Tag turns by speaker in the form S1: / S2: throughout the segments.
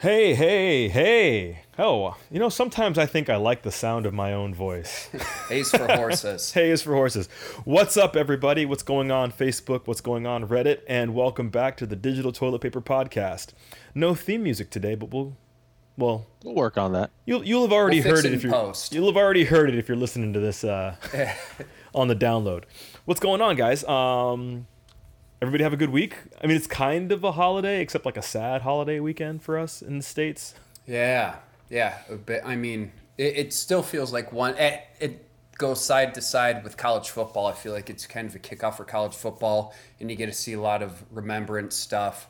S1: Hey, hey, hey. Oh, you know, sometimes I think I like the sound of my own voice.
S2: Ace for horses.
S1: hey is for horses. What's up, everybody? What's going on Facebook? What's going on Reddit? And welcome back to the Digital Toilet Paper Podcast. No theme music today, but we'll, well,
S3: We'll work on that.
S1: you'll you'll have already
S2: We'll fix
S1: heard
S2: it
S1: it
S2: in
S1: if you're
S2: post.
S1: you'll have already heard it if you're listening to this uh, on the download. What's going on, guys? Um, everybody have a good week. I mean, it's kind of a holiday, except like a sad holiday weekend for us in the states.
S2: Yeah, yeah. But I mean, it, it still feels like one. It, it goes side to side with college football. I feel like it's kind of a kickoff for college football, and you get to see a lot of remembrance stuff,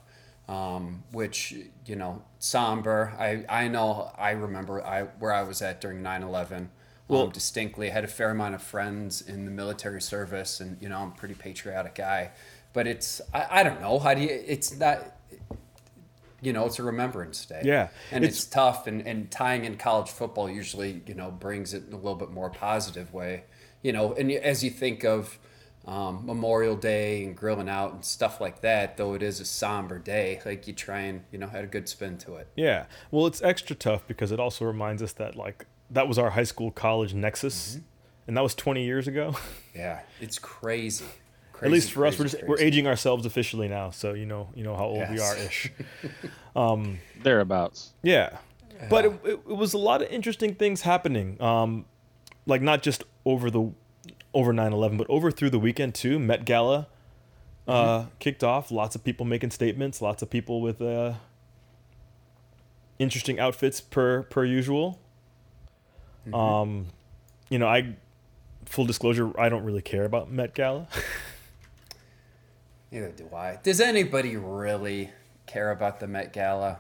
S2: um, which you know, somber. I I know I remember I where I was at during 9/11. um, distinctly, I had a fair amount of friends in the military service, and you know, I'm a pretty patriotic guy. But it's I, I don't know how do you? It's not you know, it's a remembrance day.
S1: Yeah,
S2: And it's,
S1: it's-
S2: tough and, and tying in college football usually, you know, brings it in a little bit more positive way. You know, and you- as you think of um, Memorial Day and grilling out and stuff like that, though it is a somber day, like you try and, you know, had a good spin to it.
S1: Yeah. Well, it's extra tough because it also reminds us that like that was our high school college nexus,
S2: Mm-hmm.
S1: and that was 20 years ago.
S2: Yeah. It's crazy. crazy
S1: At least for us, we're
S2: crazy,
S1: just we're
S2: crazy.
S1: aging ourselves officially now, so you know you know how old we are
S2: Yes.
S1: ish.
S3: Thereabouts.
S1: Yeah. But it, it, it was a lot of interesting things happening. Um, like not just over the over 9/11, but over through the weekend too. Met Gala uh, kicked off. Lots of people making statements. Lots of people with uh, interesting outfits per per usual. Um, you know, I full disclosure, I don't really care about Met Gala.
S2: Neither do I. Does anybody really care about the Met Gala?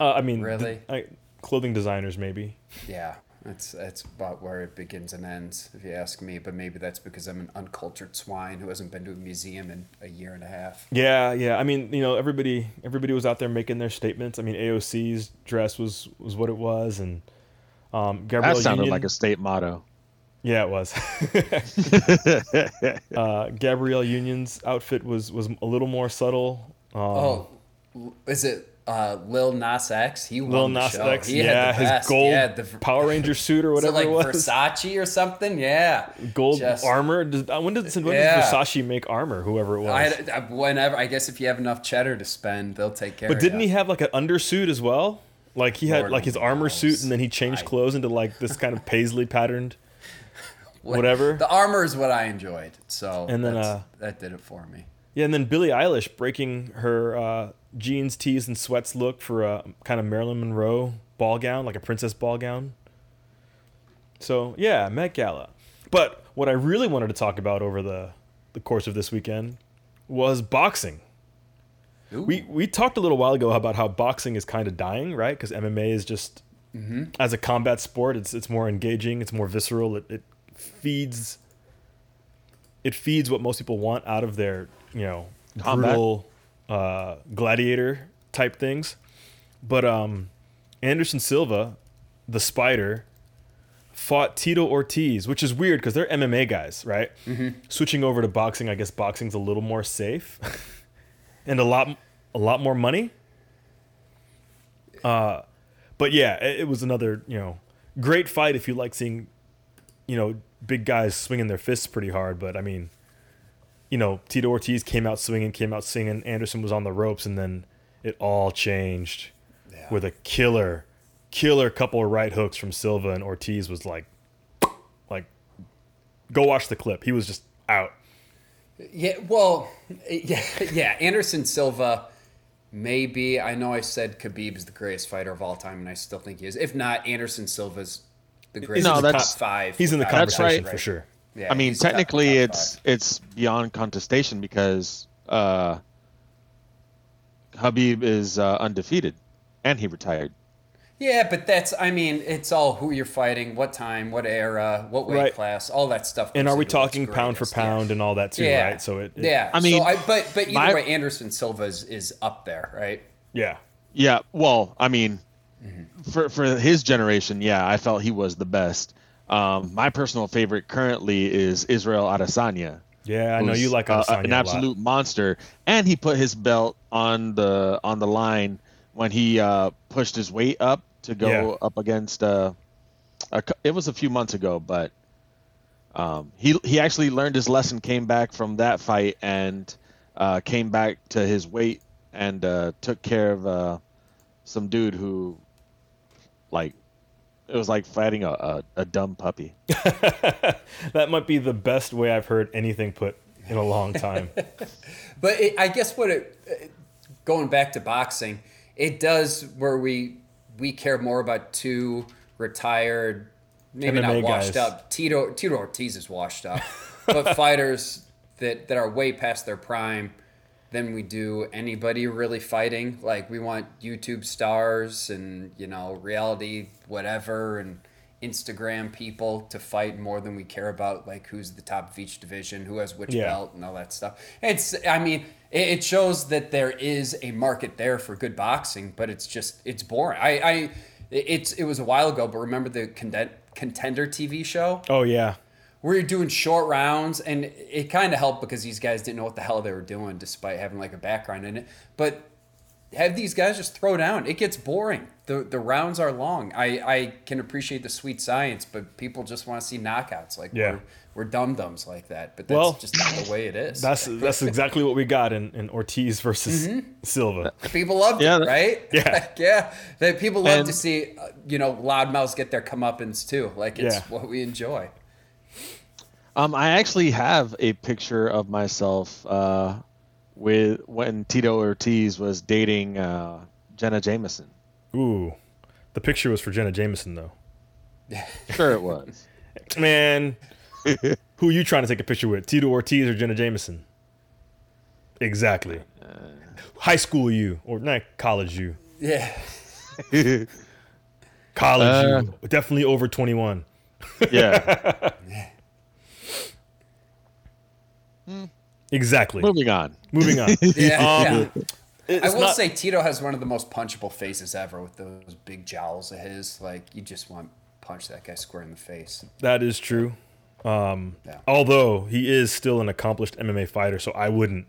S1: uh, I mean,
S2: Really?
S1: d- I- clothing designers maybe.
S2: Yeah, that's that's about where it begins and ends, if you ask me. But maybe that's because I'm an uncultured swine who hasn't been to a museum in a year and a half.
S1: Yeah, yeah. I mean, you know, everybody everybody was out there making their statements. I mean, AOC's dress was was what it was, and um, Gabrielle
S3: That sounded
S1: Union.
S3: like a state motto.
S1: yeah, it was. uh, Gabrielle Union's outfit was was a little more subtle. Um,
S2: Oh, l- is it uh, Lil Nas X? He won
S1: Lil
S2: the
S1: Nas
S2: show.
S1: X,
S2: He
S1: yeah,
S2: had the
S1: his
S2: best.
S1: gold
S2: yeah, the, v-
S1: Power Ranger suit or
S2: is it
S1: whatever
S2: like
S1: it was,
S2: Versace or something. Yeah,
S1: gold
S2: Just-
S1: armor. Does, uh, when does when
S2: Yeah.
S1: does Versace make armor? Whoever it was.
S2: I, I, whenever I guess if you have enough cheddar to spend, they'll take care.
S1: But
S2: of
S1: didn't
S2: ya.
S1: he have like an undersuit as well? Like he had
S2: Lord
S1: like his armor
S2: knows.
S1: suit, and then he changed
S2: I-
S1: clothes into like this kind of paisley patterned. whatever?
S2: The armor is what I enjoyed. So
S1: And then,
S2: that's-
S1: uh,
S2: that did it for me.
S1: Yeah, and then Billie Eilish breaking her uh, jeans, tees, and sweats look for a kind of Marilyn Monroe ball gown, like a princess ball gown. So yeah, Met Gala. But what I really wanted to talk about over the the course of this weekend was boxing.
S2: Ooh.
S1: We we talked a little while ago about how boxing is kind of dying, right? Because MMA is just as a combat sport, it's it's more engaging, it's more visceral, it, it feeds it feeds what most people want out of their you know
S3: Combat.
S1: brutal uh, gladiator type things. But um, Anderson Silva, the Spider, fought Tito Ortiz, which is weird because they're MMA guys, right? Switching over to boxing, I guess boxing's a little more safe and a lot a lot more money. Uh, but yeah, it, it was another you know great fight if you like seeing you know big guys swinging their fists pretty hard. But I mean, you know Tito Ortiz came out swinging, came out singing. Anderson was on the ropes, and then it all changed
S2: Yeah.
S1: with a killer, killer couple of right hooks from Silva and Ortiz was like, like, go watch the clip. He was just out.
S2: Yeah, well, yeah, yeah. Anderson Silva, maybe. I know I said Khabib is the greatest fighter of all time, and I still think he is. If not, Anderson Silva's the greatest
S3: No,
S2: top
S3: that's-
S2: five.
S1: He's in the
S2: without a doubt,
S3: That's
S1: conversation
S3: right.
S1: for sure.
S2: Yeah,
S3: I mean,
S2: he's top-
S3: technically,
S2: top
S3: it's it's beyond contestation because uh, Habib is uh, undefeated, and he retired.
S2: five. Yeah, but that's. I mean, it's all who you're fighting, what time, what era, what weight
S1: Right.
S2: class, all that stuff.
S1: And
S2: goes
S1: are we
S2: into what's
S1: talking pound for
S2: greatest, yeah.
S1: pound and all that too,
S2: Yeah.
S1: right? So it, it-
S2: yeah.
S3: I mean,
S2: so I, but but either
S3: my-
S2: way, Anderson Silva is, is up there, right?
S1: yeah.
S3: Yeah, well, I mean, for for his generation, yeah, I felt he was the best. Um, my personal favorite currently is Israel Adesanya.
S1: Yeah, I know
S3: who's,
S1: you like
S3: uh,
S1: Adesanya
S3: an
S1: a lot.
S3: absolute monster, and he put his belt on the on the line when he uh, pushed his weight up to go
S1: Yeah.
S3: up against. Uh, a, cou- it was a few months ago, but um, he he actually learned his lesson, came back from that fight, and uh, came back to his weight and uh, took care of uh, some dude who, like, it was like fighting a, a, a dumb puppy.
S1: That might be the best way I've heard anything put in a long time.
S2: But it, I guess what it it- going back to boxing, it does where we we care more about two retired, maybe
S1: MMA
S2: not washed
S1: guys.
S2: up. Tito Tito Ortiz is washed up, but fighters that that are way past their prime than we do anybody really fighting. Like we want YouTube stars and you know reality whatever and. Instagram people to fight more than we care about like who's the top of each division, who has which
S1: Yeah.
S2: belt, and all that stuff. It's, I mean, it, it shows that there is a market there for good boxing, but it's just, it's boring. I, I, it's, it was a while ago, but remember the conden- contender TV show
S1: oh yeah,
S2: where you're doing short rounds, and it kind of helped because these guys didn't know what the hell they were doing, despite having like a background in it. But have these guys just throw down. It gets boring. The the rounds are long. I, I can appreciate the sweet science, but people just want to see knockouts. Like
S1: Yeah.
S2: we're, we're dum dums like that. But that's
S1: Well,
S2: just not the way it is.
S1: that's that's exactly what we got in, in Ortiz versus Silva.
S2: people loved
S3: Yeah,
S2: it,
S3: that-
S2: right?
S1: Yeah.
S2: Like, yeah. That people love
S3: And-
S2: to see uh, you know loudmouths get their comeuppance too. Like it's
S1: Yeah.
S2: what we enjoy.
S3: Um, I actually have a picture of myself uh, with when Tito Ortiz was dating uh, Jenna Jameson.
S1: Ooh, the picture was for Jenna Jameson though.
S3: Sure, it was.
S1: Man, who you trying to take a picture with? Tito Ortiz or Jenna Jameson? Exactly.
S2: Uh.
S1: High school you or not college you?
S2: Yeah.
S1: College
S3: Uh.
S1: you definitely over twenty one.
S3: yeah.
S1: Exactly.
S3: Moving on.
S1: Moving on.
S2: Yeah.
S1: Um,
S2: yeah.
S1: It's
S2: I will
S1: not-
S2: say Tito has one of the most punchable faces ever with those big jowls of his. Like you just want to punch that guy square in the face.
S1: That is true. Um,
S2: Yeah.
S1: Although he is still an accomplished MMA fighter, so I wouldn't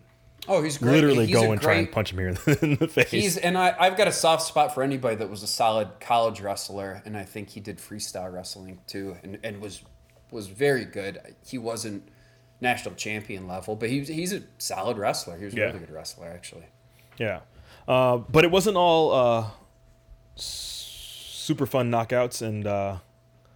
S2: Oh, he's great.
S1: literally
S2: he's
S1: go
S2: a
S1: and try and
S2: great-
S1: punch him here in the, in the face.
S2: He's and I, I've got a soft spot for anybody that was a solid college wrestler, and I think he did freestyle wrestling too, and, and was was very good. He wasn't national champion level, but he was, he's a solid wrestler. He was a
S1: Yeah.
S2: really good wrestler actually.
S1: yeah. Uh, but it wasn't all uh, s- super fun knockouts and uh,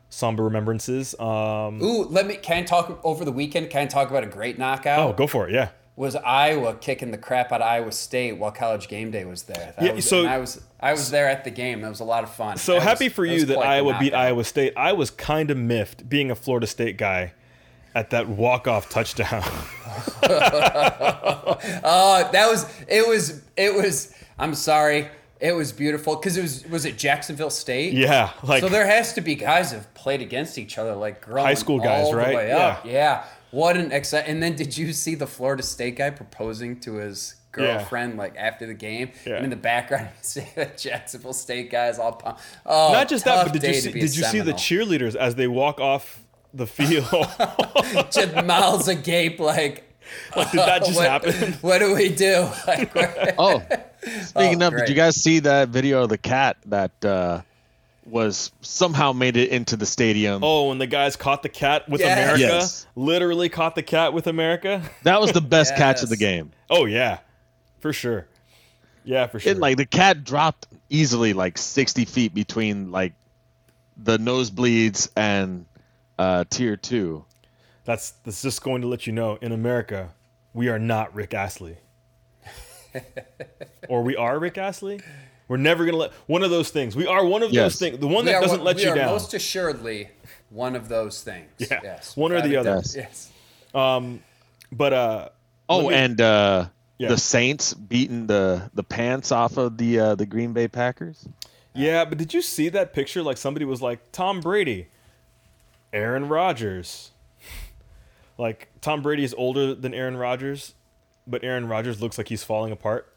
S1: somber remembrances. Um,
S2: Ooh, let me can I talk over the weekend? Can I talk about a great knockout?
S1: oh, go for it. Yeah.
S2: was Iowa kicking the crap out of Iowa State while College Game Day was there. That
S1: Yeah,
S2: was,
S1: so-
S2: and I was I was there at the game. That was a lot of fun.
S1: So
S2: That
S1: happy
S2: was-
S1: for
S2: was
S1: you that
S2: quite the
S1: Iowa beat
S2: knockout.
S1: Iowa State. I was kind of miffed being a Florida State guy at that walk-off touchdown.
S2: Oh, that was it was it was. I'm sorry, it was beautiful because it was was it Jacksonville State?
S1: yeah, like
S2: so there has to be guys that have played against each other, like growing
S1: High school guys,
S2: all the
S1: right?
S2: way up. Yeah. What an exciting! And then did you see the Florida State guy proposing to his
S1: Yeah.
S2: girlfriend like after the game?
S1: Yeah.
S2: And in the background, you see the Jacksonville State guys all pumped. Oh,
S1: not just that,
S2: tough
S1: but did you
S2: day to
S1: see,
S2: be a
S1: did you see the
S2: Seminole.
S1: cheerleaders as they walk off the field?
S2: just mouths agape, like,
S1: Like, did that just
S2: what,
S1: happen?
S2: What do we do? Like, we're-
S3: Oh, speaking
S2: Oh,
S3: of,
S2: great.
S3: did you guys see that video of the cat that uh, was somehow made it into the stadium?
S1: Oh, when the guys caught the cat with
S2: Yes.
S1: America,
S3: Yes.
S1: literally caught the cat with America.
S3: That was the best catch of the
S2: Yes.
S3: game.
S1: Oh yeah, for sure. Yeah, for sure.
S3: It like the cat dropped easily like 60 feet between like the nosebleeds and uh, tier two.
S1: that's that's just going to let you know in America, we are not Rick Astley. or we are Rick Astley. We're never gonna let one of those things. We are one of
S3: Yes.
S1: those things. The one
S2: we
S1: that
S2: are
S1: doesn't
S2: one-
S1: let
S2: we
S1: you
S2: are
S1: down.
S2: Most assuredly, one of those things.
S1: Yeah,
S2: Yes.
S1: one or the
S2: Without a
S1: other.
S2: doubt. Yes.
S1: But uh,
S3: Oh,
S1: me-
S3: and uh,
S1: Yeah.
S3: the Saints beating the the pants off of the uh, the Green Bay Packers.
S1: yeah. But did you see that picture? Like somebody was like Tom Brady, Aaron Rodgers. Like Tom Brady is older than Aaron Rodgers, but Aaron Rodgers looks like he's falling apart.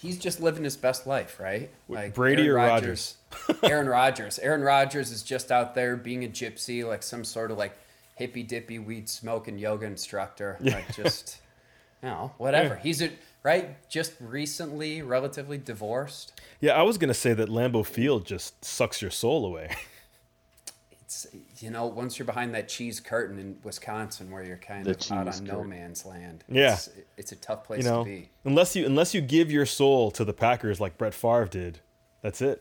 S2: He's just living his best life, right? Like
S1: Brady or
S2: Rodgers. Aaron Rodgers. Aaron Rodgers is just out there being a gypsy, like some sort of like hippy dippy weed smoking yoga instructor. Like just, you know, whatever. He's a right? Just recently, relatively divorced.
S1: Yeah, I was gonna say that Lambeau Field just sucks your soul away.
S2: It's you know, once you're behind that cheese curtain in Wisconsin, where you're kind
S3: The
S2: of out on
S3: cheese
S2: no
S3: curtain.
S2: man's land.
S1: Yeah.
S2: it's, it's a tough place
S1: you know,
S2: to be.
S1: unless you unless you give your soul to the Packers like Brett Favre did, that's it.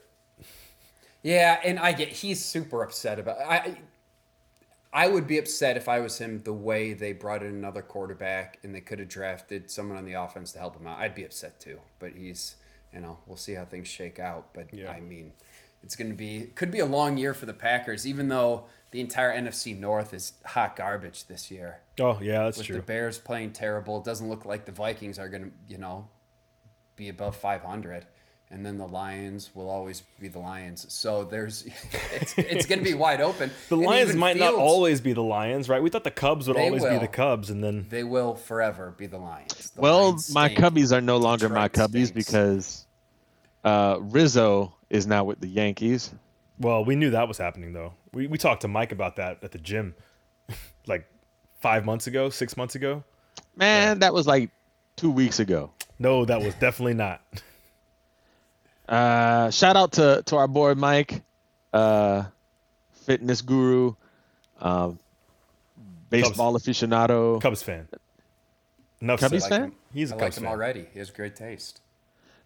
S2: Yeah, and I get he's super upset about I I would be upset if I was him the way they brought in another quarterback and they could have drafted someone on the offense to help him out. I'd be upset too. But he's you know, we'll see how things shake out. But
S1: Yeah.
S2: I mean it's gonna be could be a long year for the Packers, even though the entire NFC North is hot garbage this year.
S1: Oh yeah, that's
S2: With
S1: true.
S2: the Bears playing terrible, it doesn't look like the Vikings are gonna, you know, be above 500 and then the lions will always be the lions so there's it's, it's going to be wide open
S1: the
S2: And
S1: Lions
S2: even
S1: might not
S2: Fields,
S1: always be the Lions, right? We thought the Cubs would
S2: They
S1: always be
S2: will.
S1: the Cubs, and then
S2: they will forever be the lions The
S3: Well,
S2: Lions
S3: my
S2: stink.
S3: cubbies are no longer my
S2: Detroit
S3: cubbies
S2: stinks.
S3: because uh, Rizzo is now with the Yankees.
S1: well, we knew that was happening though. We we talked to Mike about that at the gym, like five months ago, six months ago.
S3: Man, that was like two weeks ago.
S1: No, that was definitely not.
S3: Uh, shout out to to our boy Mike, uh, fitness guru, um, baseball aficionado.
S1: Cubs fan. Enough
S3: Cubbies
S1: said.
S2: I like him.
S1: He's a
S2: i
S1: Cubs
S2: like him
S1: fan.
S2: already he has great taste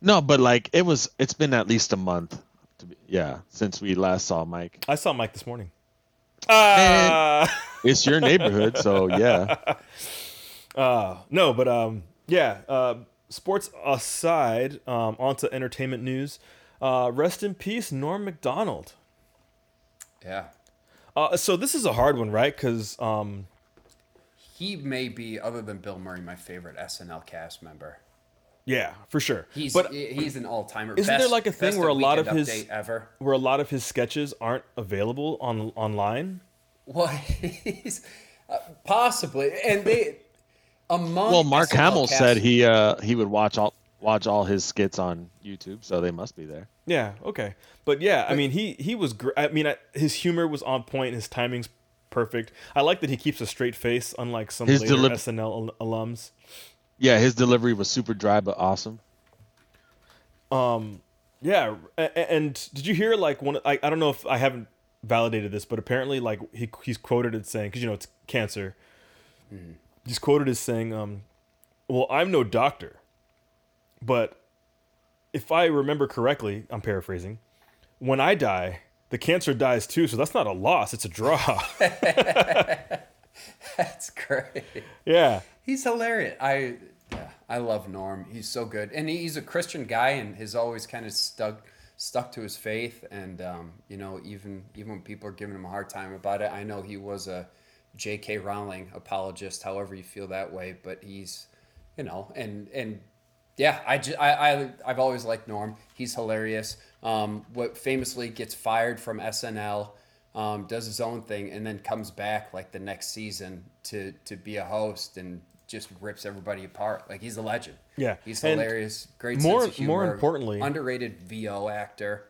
S3: No, but like it was. It's been at least a month. To be, yeah, since we last saw Mike.
S1: I saw Mike this morning. Ah.
S3: It's your neighborhood, so yeah.
S1: No, but um, yeah. Uh, sports aside, um, onto entertainment news. Uh, rest in peace, Norm Macdonald.
S2: yeah
S1: Uh, so this is a hard one, right? Because um,
S2: he may be other than bill murray my favorite snl cast member
S1: yeah, for sure.
S2: he's
S1: but
S2: he's an all-timer
S1: Isn't there
S2: Best-
S1: like a thing
S2: best
S1: where a lot of
S2: Weekend
S1: his-
S2: Update ever
S1: where a lot of his sketches aren't available on online.
S2: Well, he's uh, possibly, and they among
S3: Well, Mark
S2: SNL
S3: Hamill
S2: cast-
S3: said he uh, he would watch all watch all his skits on YouTube, so they must be there.
S1: Yeah. Okay. But yeah, I mean, he he was. Gr- I mean, I, his humor was on point. His timing's perfect. I like that he keeps a straight face, unlike some
S3: His
S1: later
S3: deli-
S1: SNL al- alums.
S3: Yeah, his delivery was super dry but awesome.
S1: Yeah, a- a- and did you hear like one? I, I don't know if I haven't validated this, but apparently like he he's quoted as saying because you know it's cancer. He's quoted as saying, um, "Well, I'm no doctor, but if I remember correctly, I'm paraphrasing. When I die, the cancer dies too, so that's not a loss; it's a draw."
S2: That's great.
S1: yeah,
S2: He's hilarious. I yeah, I love Norm. He's so good, and he's a Christian guy, and has always kind of stuck stuck to his faith. And um, you know, even even when people are giving him a hard time about it, I know he was a J.K. Rowling apologist. However, you feel that way, but he's you know, and and yeah, I, ju- I, I I've always liked Norm. He's hilarious. Um, what famously gets fired from SNL, um, does his own thing, and then comes back like the next season to to be a host and just rips everybody apart. Like he's a legend.
S1: Yeah,
S2: he's
S1: and
S2: hilarious. Great
S1: more-
S2: sense of humor.
S1: more importantly-
S2: underrated VO actor.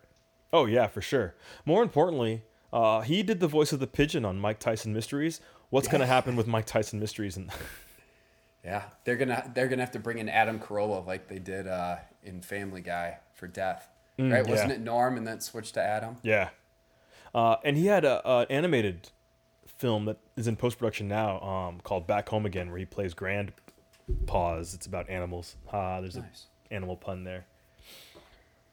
S1: Oh yeah, for sure. More importantly, uh, he did the voice of the pigeon on Mike Tyson Mysteries. What's gonna happen with Mike Tyson Mysteries? And
S2: Yeah, they're gonna they're gonna have to bring in Adam Carolla like they did uh, in Family Guy for Death. right? Wasn't
S1: Mm, yeah.
S2: it Norm and then switched to Adam?
S1: yeah, uh, and he had a, a animated film that is in post production now um, called Back Home Again, where he plays Grand Paws. It's about animals. Ah, there's
S2: Nice.
S1: a animal pun there.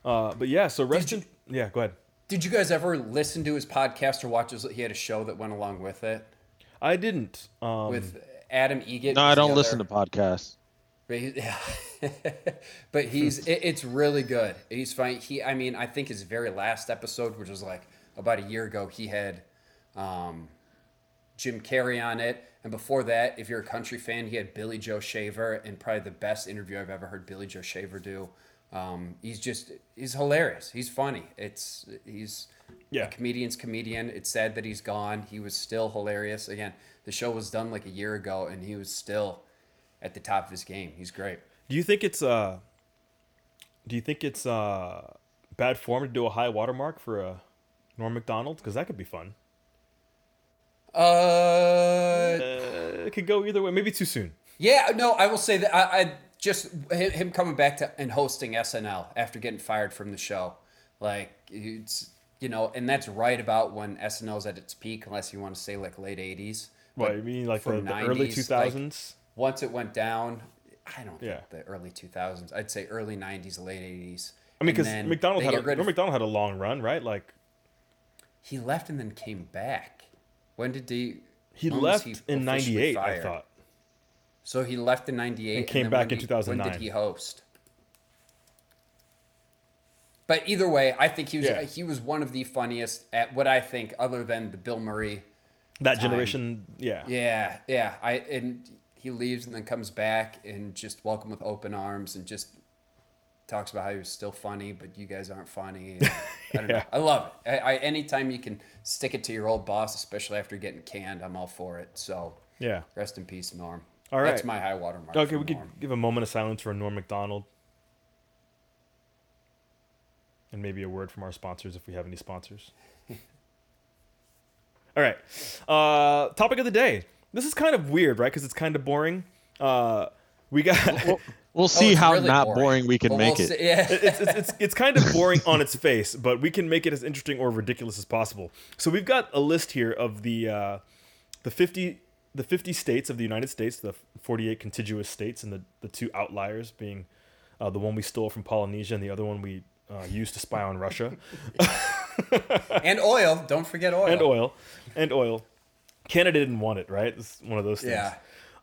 S1: Uh, but yeah, so rest in yeah. Go ahead.
S2: Did you guys ever listen to his podcast or watch his? He had a show that went along with it
S1: I didn't. Um,
S2: with Adam Egit.
S3: No, I don't listen to podcasts.
S2: But, he, yeah. but he's it, it's really good. He's fine. He I mean I think his very last episode, which was like about a year ago, he had um, Jim Carrey on it, and before that, if you're a country fan, he had Billy Joe Shaver, and probably the best interview I've ever heard Billy Joe Shaver do. Um, he's just he's hilarious. He's funny. It's he's
S1: Yeah.
S2: a comedian's comedian. It's sad that he's gone. He was still hilarious. Again, the show was done like a year ago, and he was still at the top of his game. He's great.
S1: do you think it's uh, do you think it's uh, bad form to do a high watermark for a Norm Macdonald? Because that could be fun.
S2: Uh,
S1: Uh, it could go either way. Maybe too soon.
S2: yeah, no, I will say that I, I just him, him coming back to and hosting SNL after getting fired from the show. Like it's you know, and that's right about when SNL's at its peak, unless you want to say like late '80s.
S1: What you mean, like the,
S2: from
S1: the early
S2: 90s,
S1: 2000s?
S2: Once it went down, I don't think
S1: Yeah.
S2: the early 2000s. I'd say early '90s, late '80s.
S1: I mean,
S2: And
S1: because
S2: then
S1: McDonald
S2: they
S1: had a,
S2: get rid
S1: remember
S2: of-
S1: McDonald had a long run, right? Like
S2: he left and then came back. When did he?
S1: he
S2: when was
S1: left
S2: officially
S1: in '98, I
S2: fired?
S1: thought.
S2: So he left in '98
S1: And came
S2: then
S1: back
S2: when
S1: in
S2: did-
S1: 2009.
S2: When did he host? But either way, I think he was
S1: Yeah.
S2: he was one of the funniest at what I think, other than the Bill Murray.
S1: That generation, yeah.
S2: Yeah, yeah. I and he leaves and then comes back and just welcome with open arms and just talks about how he was still funny, but you guys aren't funny. and I don't know.
S1: Yeah.
S2: I love it. I, I anytime you can stick it to your old boss, especially after getting canned, I'm all for it. So
S1: yeah.
S2: rest in peace, Norm.
S1: All
S2: That's
S1: right.
S2: my high water mark.
S1: Okay,
S2: for
S1: we could
S2: Norm.
S1: give a moment of silence for Norm McDonald. And maybe a word from our sponsors if we have any sponsors. All right. Uh, topic of the day. This is kind of weird, right? Because it's kind of boring. Uh, we got.
S3: We'll, we'll
S2: Oh,
S3: see
S2: it's
S3: how
S2: really
S3: not boring, we can
S2: But
S3: make
S2: we'll
S3: it.
S2: see- yeah.
S1: it's, it's, it's, it's kind of boring on its face, but we can make it as interesting or ridiculous as possible. So we've got a list here of the uh, the fifty the fifty states of the United States, the forty eight contiguous states, and the the two outliers being uh, the one we stole from Polynesia and the other one we uh, used to spy on Russia
S2: and oil. Don't forget oil.
S1: and oil and oil. Canada didn't want it, right? It's one of those things.
S2: Yeah.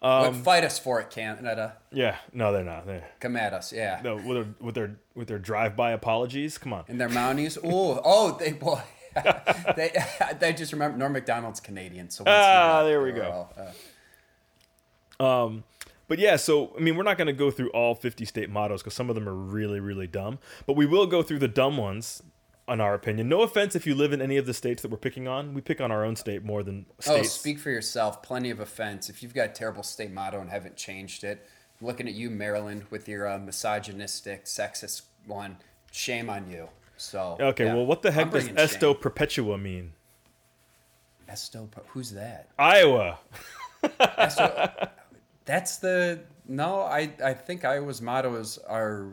S1: Um,
S2: But fight us for it, Canada.
S1: Yeah. No, they're not. They're,
S2: Come at us. Yeah.
S1: no, with their with their with their drive by apologies. Come on.
S2: And their Mounties. Ooh. Oh, they boy. they, they just remember Norm McDonald's Canadian. So once he
S1: Ah,
S2: left,
S1: there we
S2: they were
S1: go.
S2: all, uh,
S1: But yeah, so I mean, we're not going to go through all 50 state mottos because some of them are really, really dumb. But we will go through the dumb ones, in our opinion. No offense if you live in any of the states that we're picking on. We pick on our own state more than
S2: oh,
S1: states.
S2: speak for yourself. Plenty of offense. If you've got a terrible state motto and haven't changed it, I'm looking at you, Maryland, with your uh, misogynistic, sexist one. Shame on you. So.
S1: okay,
S2: yeah.
S1: well, what the
S2: I'm
S1: heck does
S2: bringing shame.
S1: Esto Perpetua mean?
S2: Esto. Who's that?
S1: Iowa.
S2: So, that's the no. I I think Iowa's motto is our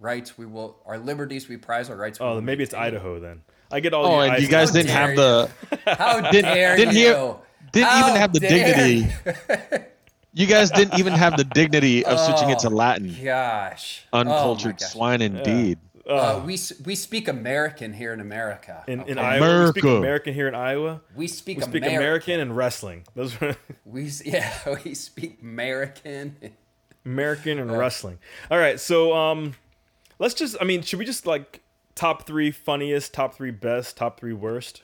S2: rights. We will our liberties. We prize our rights. we
S1: Oh,
S2: will
S1: then maybe it's
S2: maintain.
S1: Idaho then. I get all.
S3: Oh,
S1: your
S3: and
S1: eyes
S3: you guys
S1: down.
S3: didn't
S2: dare
S3: have the
S2: How dare
S3: didn't
S2: you?
S3: hear- didn't
S2: How
S3: even have the
S2: dare
S3: dignity. You guys didn't even have the dignity of switching it to Latin.
S2: you? Gosh, Oh, my
S3: Uncultured
S2: gosh.
S3: swine, indeed.
S2: Uh, we s- we speak American here in America.
S1: in, in
S2: okay?
S1: Iowa. We speak
S3: America.
S1: American here in Iowa.
S2: we speak,
S1: We speak
S2: American.
S1: American and wrestling. Those are
S2: We s- yeah, we speak American.
S1: American and wrestling. All right, so um, let's just. I mean, should we just like top three funniest, top three best, top three worst?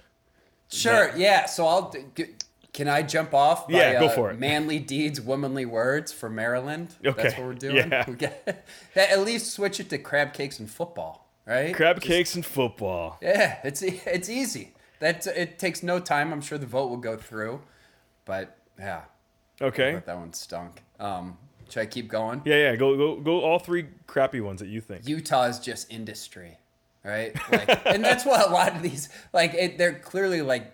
S2: Sure. Yeah. So I'll. d- g- Can I jump off? By,
S1: Yeah, go
S2: uh,
S1: for it.
S2: Manly deeds, womanly words for Maryland. That's
S1: Okay,
S2: what we're doing.
S1: yeah.
S2: We get- at least switch it to crab cakes and football, right?
S1: Crab cakes and football.
S2: Yeah, it's e- it's easy. That it takes no time. I'm sure the vote will go through, but yeah,
S1: Okay.
S2: but that one stunk. Um, should I keep going?
S1: Yeah, yeah. Go, go, go. All three crappy ones that you think.
S2: Utah is just industry, right? Like, and that's why a lot of these, like, it, they're clearly like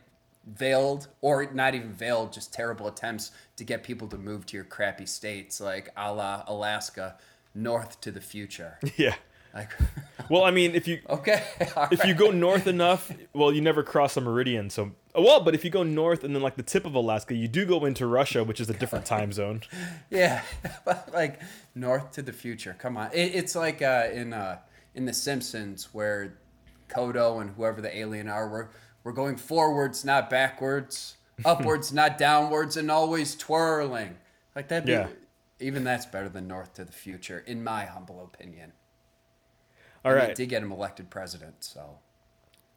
S2: veiled or not even veiled, just terrible attempts to get people to move to your crappy states, like a la Alaska, north to the future.
S1: Yeah.
S2: Like,
S1: Well, I mean, if you
S2: okay, all
S1: if you go
S2: right.
S1: north enough, well, you never cross the meridian. So, oh, well, but if you go north and then like the tip of Alaska, you do go into Russia, which is a different time zone.
S2: yeah, but, like north to the future. Come on, it, it's like uh, in uh, in The Simpsons where Kodo and whoever the alien are, we're we're going forwards, not backwards, upwards, not downwards, and always twirling. Like that.
S1: Yeah.
S2: Even that's better than north to the future, in my humble opinion.
S1: All
S2: And they
S1: right.
S2: did get him elected president, so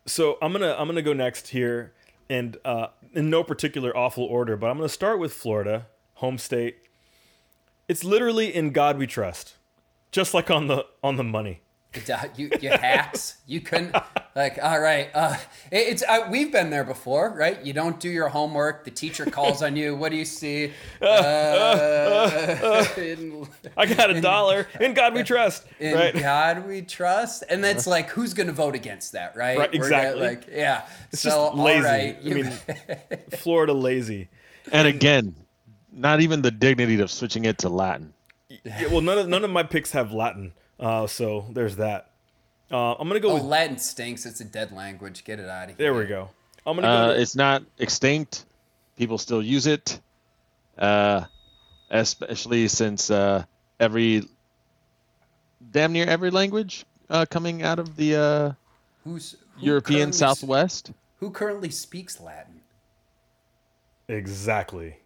S1: so I'm gonna I'm gonna go next here, and uh, in no particular awful order, but I'm gonna start with Florida, home state. It's literally in God we trust, just like on the on the money.
S2: you you hacks you couldn't like all right uh it- it's uh, we've been there before right you don't do your homework the teacher calls on you what do you see uh,
S1: Uh,
S2: in,
S1: I got a dollar in God we trust,
S2: in
S1: right? Uh-huh.
S2: god we trust and that's like who's gonna vote against that right,
S1: Right,
S2: We're
S1: exactly.
S2: gonna, like yeah
S1: It's
S2: so
S1: just lazy.
S2: all right you,
S1: I mean, Florida lazy.
S3: And again, not even the dignity of switching it to Latin.
S1: Yeah, well, none of none of my picks have Latin, uh, so there's that. Uh, I'm gonna go
S2: Oh,
S1: with.
S2: Latin stinks. It's a dead language. Get it out of here.
S1: There we go. I'm gonna go.
S3: Uh,
S1: with-
S3: it's not extinct. People still use it, uh, especially since uh, every damn near every language uh, coming out of the uh,
S2: Who's who
S3: European
S2: currently-
S3: Southwest,
S2: Who currently speaks Latin?
S1: exactly.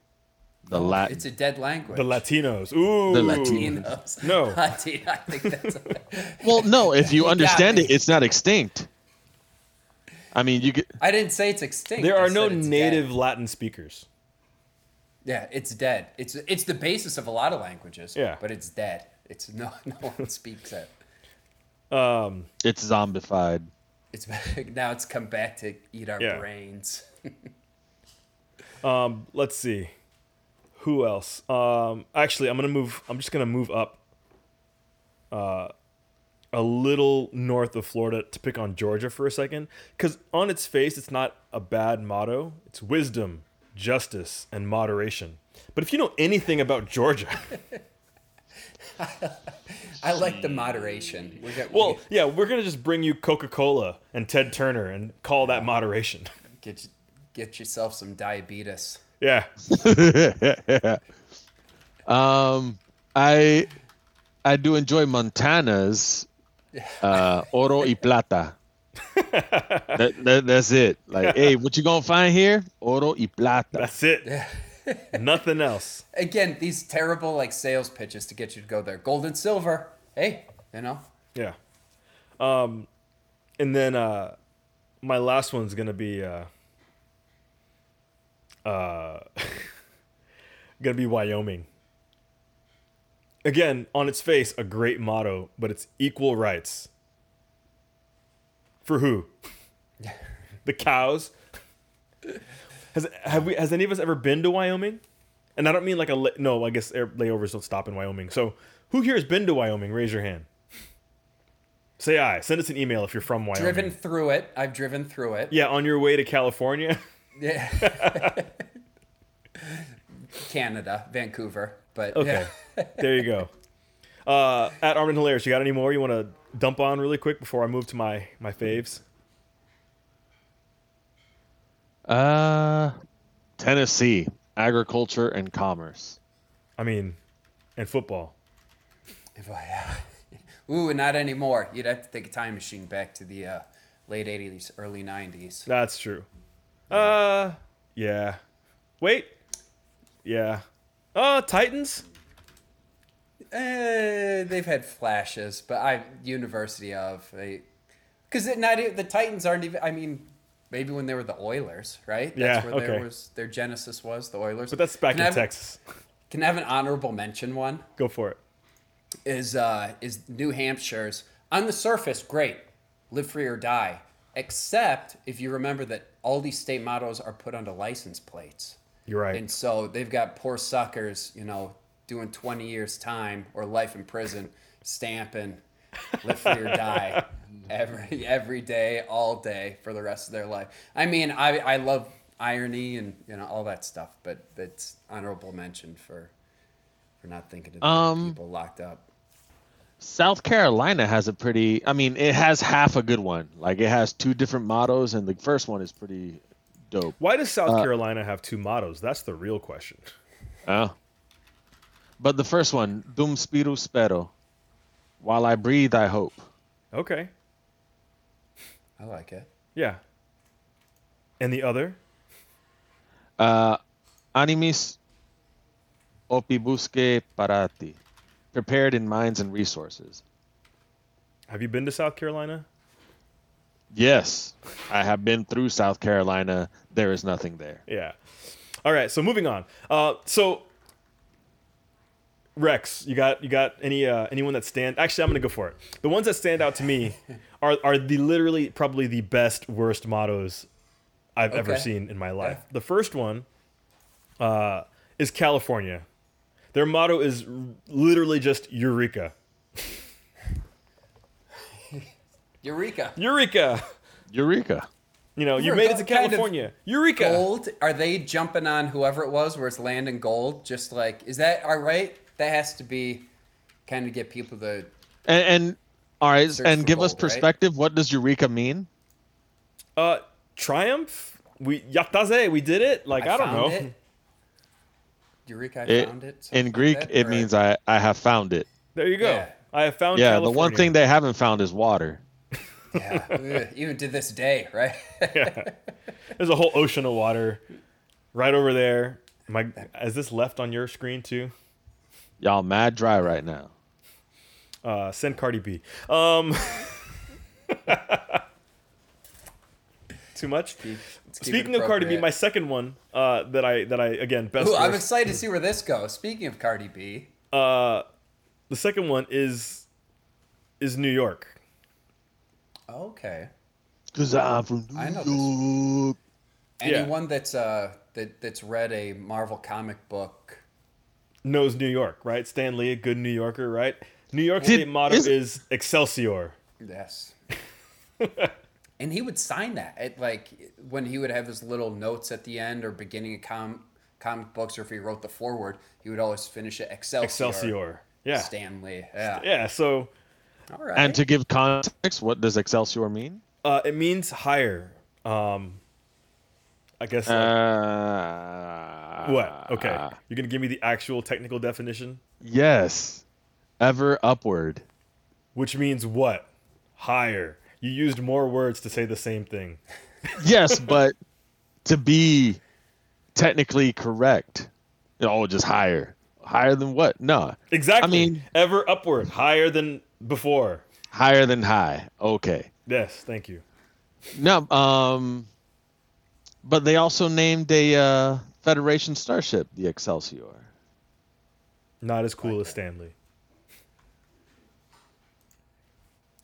S3: the Latin.
S2: It's a dead language.
S1: The Latinos. Ooh.
S3: The Latinos.
S2: Latinos.
S1: No.
S2: Latin- I think that's.
S3: well, no, if you
S2: got
S3: understand
S2: me.
S3: it, it's not extinct. I mean, you get
S2: I didn't say it's extinct.
S1: There
S2: I
S1: are
S2: said
S1: no
S2: it's
S1: native
S2: dead.
S1: Latin speakers.
S2: Yeah, it's dead. It's it's the basis of a lot of languages.
S1: Yeah.
S2: But it's dead. It's no no one speaks it.
S1: Um,
S3: it's zombified.
S2: It's now it's come back to eat our
S1: Yeah.
S2: brains.
S1: um, let's see. Who else? Um, actually, I'm gonna move. I'm just gonna move up. Uh, a little north of Florida to pick on Georgia for a second, because on its face, it's not a bad motto. It's wisdom, justice, and moderation. But if you know anything about Georgia,
S2: I like the moderation. We're get,
S1: well, yeah, we're gonna just bring you Coca-Cola and Ted Turner and call that moderation.
S2: get get yourself some diabetes.
S1: yeah.
S3: Um, I I do enjoy Montana's uh, oro y plata. that, that, that's it. Like, hey, what you gonna find here? Oro y plata.
S1: That's it. Nothing else.
S2: Again, these terrible like sales pitches to get you to go there. Gold and silver. Hey, you know.
S1: Yeah. Um, and then uh, my last one's gonna be uh, uh, gonna be Wyoming. Again, on its face, a great motto, but it's equal rights. For who? the cows. Has have we? Has any of us ever been to Wyoming? And I don't mean like a la- no. I guess air layovers don't stop in Wyoming. So who here has been to Wyoming? Raise your hand. Say aye. Send us an email if you're from Wyoming.
S2: Driven through it. I've driven through it.
S1: Yeah, on your way to California.
S2: Yeah. Canada, Vancouver, but
S1: Okay, there you go. Uh, at Armin Hilarious, you got any more you want to dump on really quick before I move to my my faves?
S3: Uh, Tennessee, agriculture and commerce.
S1: I mean, and football.
S2: yeah. uh, Ooh, not anymore. You'd have to take a time machine back to the uh, late '80s, early '90s.
S1: That's true. Uh, yeah. Wait. Yeah. Uh, Titans.
S2: Eh, they've had flashes, but I University of because not e- the Titans aren't even. I mean, maybe when they were the Oilers, right?
S1: Yeah,
S2: where their
S1: okay.
S2: was their genesis was the Oilers.
S1: But that's back
S2: Can
S1: in
S2: I have-
S1: Texas.
S2: Can I have an honorable mention? One
S1: Go for it.
S2: is uh, is New Hampshire's on the surface great, live free or die. Except if you remember that all these state mottos are put onto license plates.
S1: You're right.
S2: And so they've got poor suckers, you know, doing 20 years time or life in prison, stamping live free or die every every day, all day for the rest of their life. I mean, I I love irony and you know all that stuff, but that's honorable mention for for not thinking of the
S3: Um,
S2: people locked up.
S3: South Carolina has a pretty. I mean, it has half a good one. Like, it has two different mottos, and the first one is pretty dope.
S1: Why does South Carolina have two mottos? That's the real question.
S3: Oh. But the first one, Dum spiru spero. While I breathe, I hope.
S1: Okay.
S2: I like it.
S1: Yeah. And the other?
S3: Uh, animis opibusque parati. Prepared in minds and resources.
S1: Have you been to South Carolina?
S3: Yes, I have been through South Carolina. There is nothing there.
S1: Yeah. All right. So moving on. Uh, so Rex, you got you got any uh, anyone that stand? Actually, I'm gonna go for it. The ones that stand out to me are are the literally probably the best worst mottos I've ever
S2: Okay.
S1: seen in my life. The first one uh, is California. Their motto is r- literally just Eureka.
S2: Eureka.
S1: Eureka.
S3: Eureka.
S1: You know, you
S2: We're
S1: made it to
S2: kind of
S1: California. Eureka.
S2: Gold? Are they jumping on whoever it was where it's land and gold? Just like, is that all right? That has to be kind of get people to
S3: And, and all right,
S2: Search
S3: and
S2: for
S3: give us
S2: gold, right?
S3: perspective. What does Eureka mean?
S1: Uh, triumph. We yataze. We did it. Like I, don't know.
S2: found It. Eureka, I
S3: It-
S2: found it. something
S3: In
S2: like
S3: Greek,
S2: that,
S3: it
S2: or-
S3: means I, I have found it.
S1: There you go.
S2: Yeah.
S1: I have found.
S3: Yeah, the one
S1: California.
S3: thing they haven't found is water.
S2: yeah, ugh, even to this day, right?
S1: there's a whole ocean of water, right over there. My is this left on your screen too?
S3: Y'all mad dry right now.
S1: Uh, send Cardi B. Um, too much.
S2: Let's keep it
S1: Speaking of Cardi B,
S2: appropriate.
S1: my second one uh, that I that I again best.
S2: Ooh, I'm
S1: worst.
S2: excited to see where this goes. Speaking of Cardi B,
S1: the second one is is New York.
S2: okay.
S3: Cause I'm from
S2: I know
S3: New York.
S1: Yeah.
S2: Anyone that's uh that that's read a Marvel comic book,
S1: Knows New York, right? Stan Lee, a good New Yorker, right? New York
S3: Did-
S1: State motto
S3: is-
S1: is Excelsior.
S2: yes. and he would sign that at like when he would have his little notes at the end or beginning of com- comic books, or if he wrote the foreword, he would always finish it Excelsior.
S1: Excelsior. Yeah.
S2: Stanley. Yeah.
S1: Yeah, so
S2: All right.
S3: And to give context, what does Excelsior mean?
S1: uh, it means higher. Um I guess like-
S3: Uh,
S1: what? Okay. You're gonna give me the actual technical definition?
S3: Yes. Ever upward.
S1: Which means what? Higher. You used more words to say the same thing.
S3: Yes, but to be technically correct, oh, just higher. Higher than what? No,
S1: Exactly.
S3: mean-
S1: ever upward, higher than before.
S3: higher than high. Okay.
S1: Yes, thank you.
S3: No, um, but they also named a uh, Federation starship the Excelsior.
S1: Not as cool as Stanley.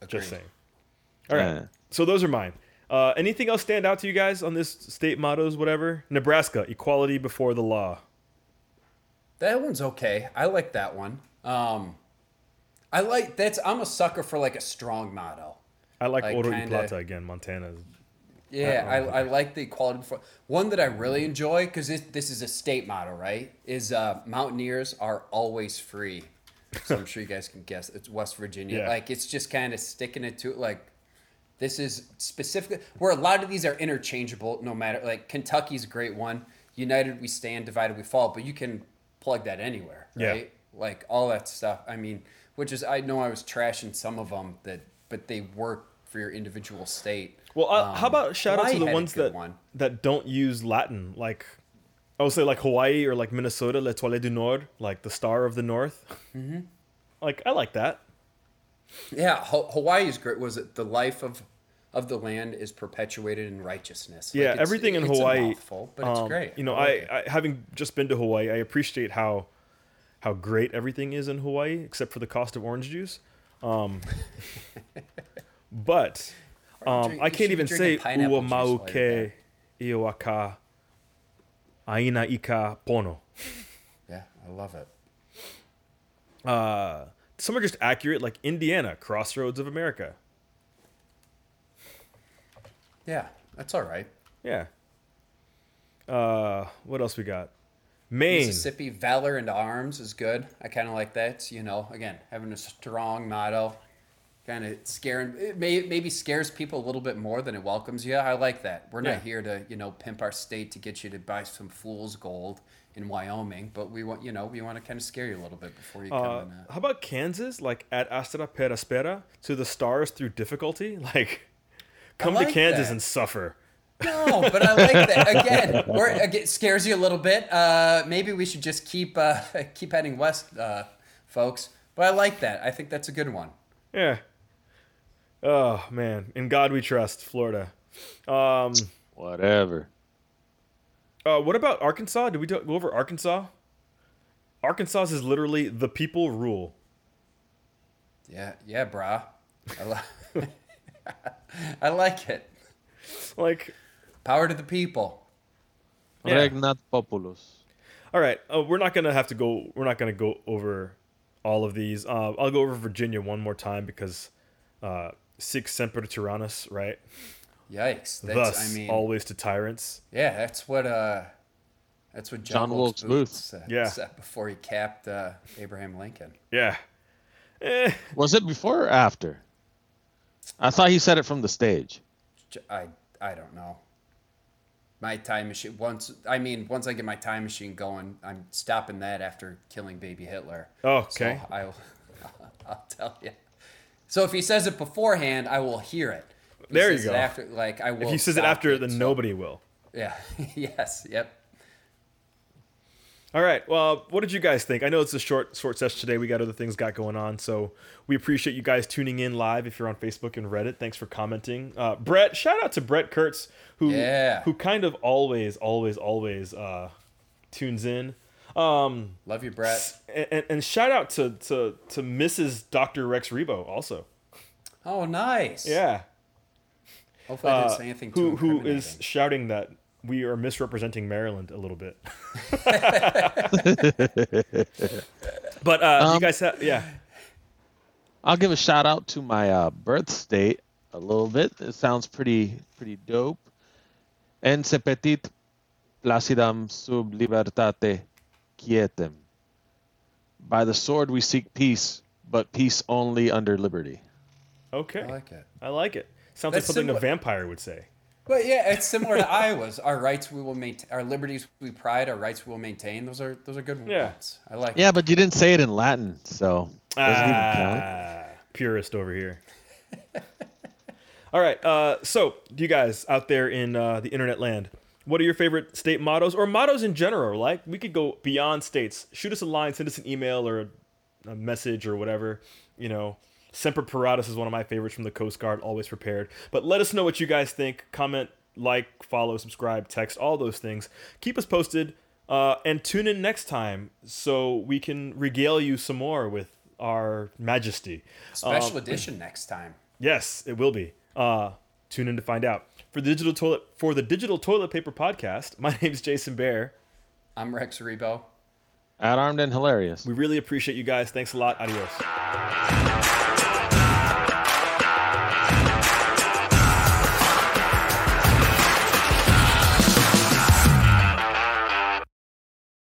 S1: Just
S2: Agreed.
S1: saying. All right.
S3: Yeah.
S1: So those are mine. Uh, anything else stand out to you guys on this state mottos, whatever? Nebraska, equality before the law.
S2: That one's okay. I like that one. Um, I like that's. I'm a sucker for like a strong motto.
S1: I like,
S2: Like,
S1: Oro y
S2: kinda-
S1: Plata again, Montana.
S2: Yeah, I, I like the equality before. One that I really enjoy because this is a state motto, right? Is uh, Mountaineers are always free. So I'm sure you guys can guess it's West Virginia.
S1: Yeah.
S2: Like it's just kind of sticking it to like this is specifically where a lot of these are interchangeable. No matter like Kentucky's a great one. United we stand, divided we fall. But you can plug that anywhere,
S1: Yeah.
S2: right? Like all that stuff. I mean, which is I know I was trashing some of them that, but they work for your individual state.
S1: Well, uh, how about shout out
S2: Um, Hawaii
S1: to the
S2: had a
S1: ones
S2: good
S1: that
S2: one.
S1: that don't use Latin, like I would say like Hawaii or like Minnesota, L'Etoile du Nord, like the Star of the North.
S2: Mm-hmm.
S1: Like I like that.
S2: Yeah, Ho- Hawaii's great. Was it the life of of the land is perpetuated in righteousness? Like,
S1: Yeah,
S2: it's-
S1: everything in
S2: it's a
S1: Hawaii.
S2: mouthful, but it's
S1: um,
S2: great.
S1: You know,
S2: like it.
S1: I, I having just been to Hawaii, I appreciate how how great everything is in Hawaii, except for the cost of orange juice. Um, but um,
S2: drink-
S1: I
S2: you should
S1: can't
S2: be
S1: even say
S2: drinking pineapple
S1: ua
S2: juice
S1: mau
S2: while you're
S1: ke iowaka aina ika pono.
S2: yeah, I love it.
S1: Uh, some are just accurate, like Indiana, Crossroads of America.
S2: Yeah, that's all right.
S1: Yeah. Uh, what else we got? Maine.
S2: Mississippi valor into arms is good. I kind of like that. You know, again, having a strong motto, kind of scaring, it may, it maybe scares people a little bit more than it welcomes you. I like that. We're
S1: Yeah.
S2: not here to you know pimp our state to get you to buy some fool's gold in Wyoming, but we want you know we want to kind of scare you a little bit before you come.
S1: Uh,
S2: in, uh,
S1: how about Kansas? Like at Astra Peraspera to the stars through difficulty. Like, come to
S2: like
S1: Kansas
S2: that.
S1: and suffer.
S2: No, Oh, but I like that. Again, or again, scares you a little bit. Uh, maybe we should just keep uh, keep heading west, uh, folks. But I like that. I think that's a good one.
S1: Yeah. Oh man, in God we trust, Florida. Um,
S3: Whatever.
S1: uh, what about Arkansas? Did we do- go over Arkansas? Arkansas is literally the people rule.
S2: Yeah, yeah, brah. I, li- I like it.
S1: Like,
S2: Power to the people.
S1: Yeah.
S3: Regnat populus.
S1: all right, uh, we're not gonna have to go. We're not gonna go over all of these. Uh, I'll go over Virginia one more time because uh, six semper tyrannis, right?
S2: Yikes. That's,
S1: Thus,
S2: I mean,
S1: always to tyrants.
S2: yeah, that's what uh, that's what John,
S3: John Wilkes Booth.
S2: said,
S1: Yeah.
S2: said before he capped uh, Abraham Lincoln.
S1: Yeah. Eh,
S3: Was it before or after? I thought he said it from the stage.
S2: J- I I don't know. My time machine. Once I mean, once I get my time machine going, I'm stopping that after killing baby Hitler.
S1: Oh, okay.
S2: So I'll I'll tell you. So if he says it beforehand, I will hear it. If he
S1: There you
S2: says it
S1: go.
S2: after, like I will.
S1: if he says it
S2: stop
S1: after, then
S2: so-
S1: nobody will.
S2: Yeah. yes. Yep.
S1: All right. Well, what did you guys think? I know it's a short short session today. We got other things got going on, so we appreciate you guys tuning in live. If you're on Facebook and Reddit, thanks for commenting. Uh, Brett, shout out to Brett Kurtz, who
S2: Yeah.
S1: who kind of always, always, always uh, tunes in. Um,
S2: Love you, Brett.
S1: and, and- and shout out to to to Mrs. Doctor Rex Rebo also.
S2: Oh, nice.
S1: Yeah,
S2: Hopefully, I
S1: Uh,
S2: didn't say anything.
S1: who
S2: Too
S1: who is shouting that we are misrepresenting Maryland a little bit. but uh, you
S3: Um,
S1: guys, have, yeah.
S3: I'll give a shout out to my uh, birth state a little bit. It sounds pretty pretty dope. En se petit placidam sub libertate quietem. By the sword we seek peace, but peace only under liberty.
S1: Okay.
S2: I like it.
S1: I like it. Sounds
S2: That's
S1: like something
S2: similar-
S1: a vampire would say.
S2: But yeah, it's similar to Iowa's. Our rights we will maintain. Our liberties we pride. Our rights we will maintain. Those are those are good
S1: Yeah.
S2: ones. I like.
S3: Yeah, but you didn't say it in Latin, so doesn't even count.
S1: Ah, purist over here. All right. Uh, so, you guys out there in uh, the internet land, what are your favorite state mottos or mottos in general? Like, we could go beyond states. Shoot us a line, send us an email or a, a message or whatever. You know, Semper Paratus is one of my favorites from the Coast Guard, always prepared. But let us know what you guys think. Comment, like, follow, subscribe, text, all those things. Keep us posted uh, and tune in next time so we can regale you some more with our majesty.
S2: Special edition next time.
S1: Yes, it will be. Uh, tune in to find out. For the digital toilet for the digital toilet paper podcast, my name's Jason Bear.
S2: I'm Rex Rebo.
S3: At armed and hilarious.
S1: We really appreciate you guys. Thanks a lot. Adios.
S4: Thank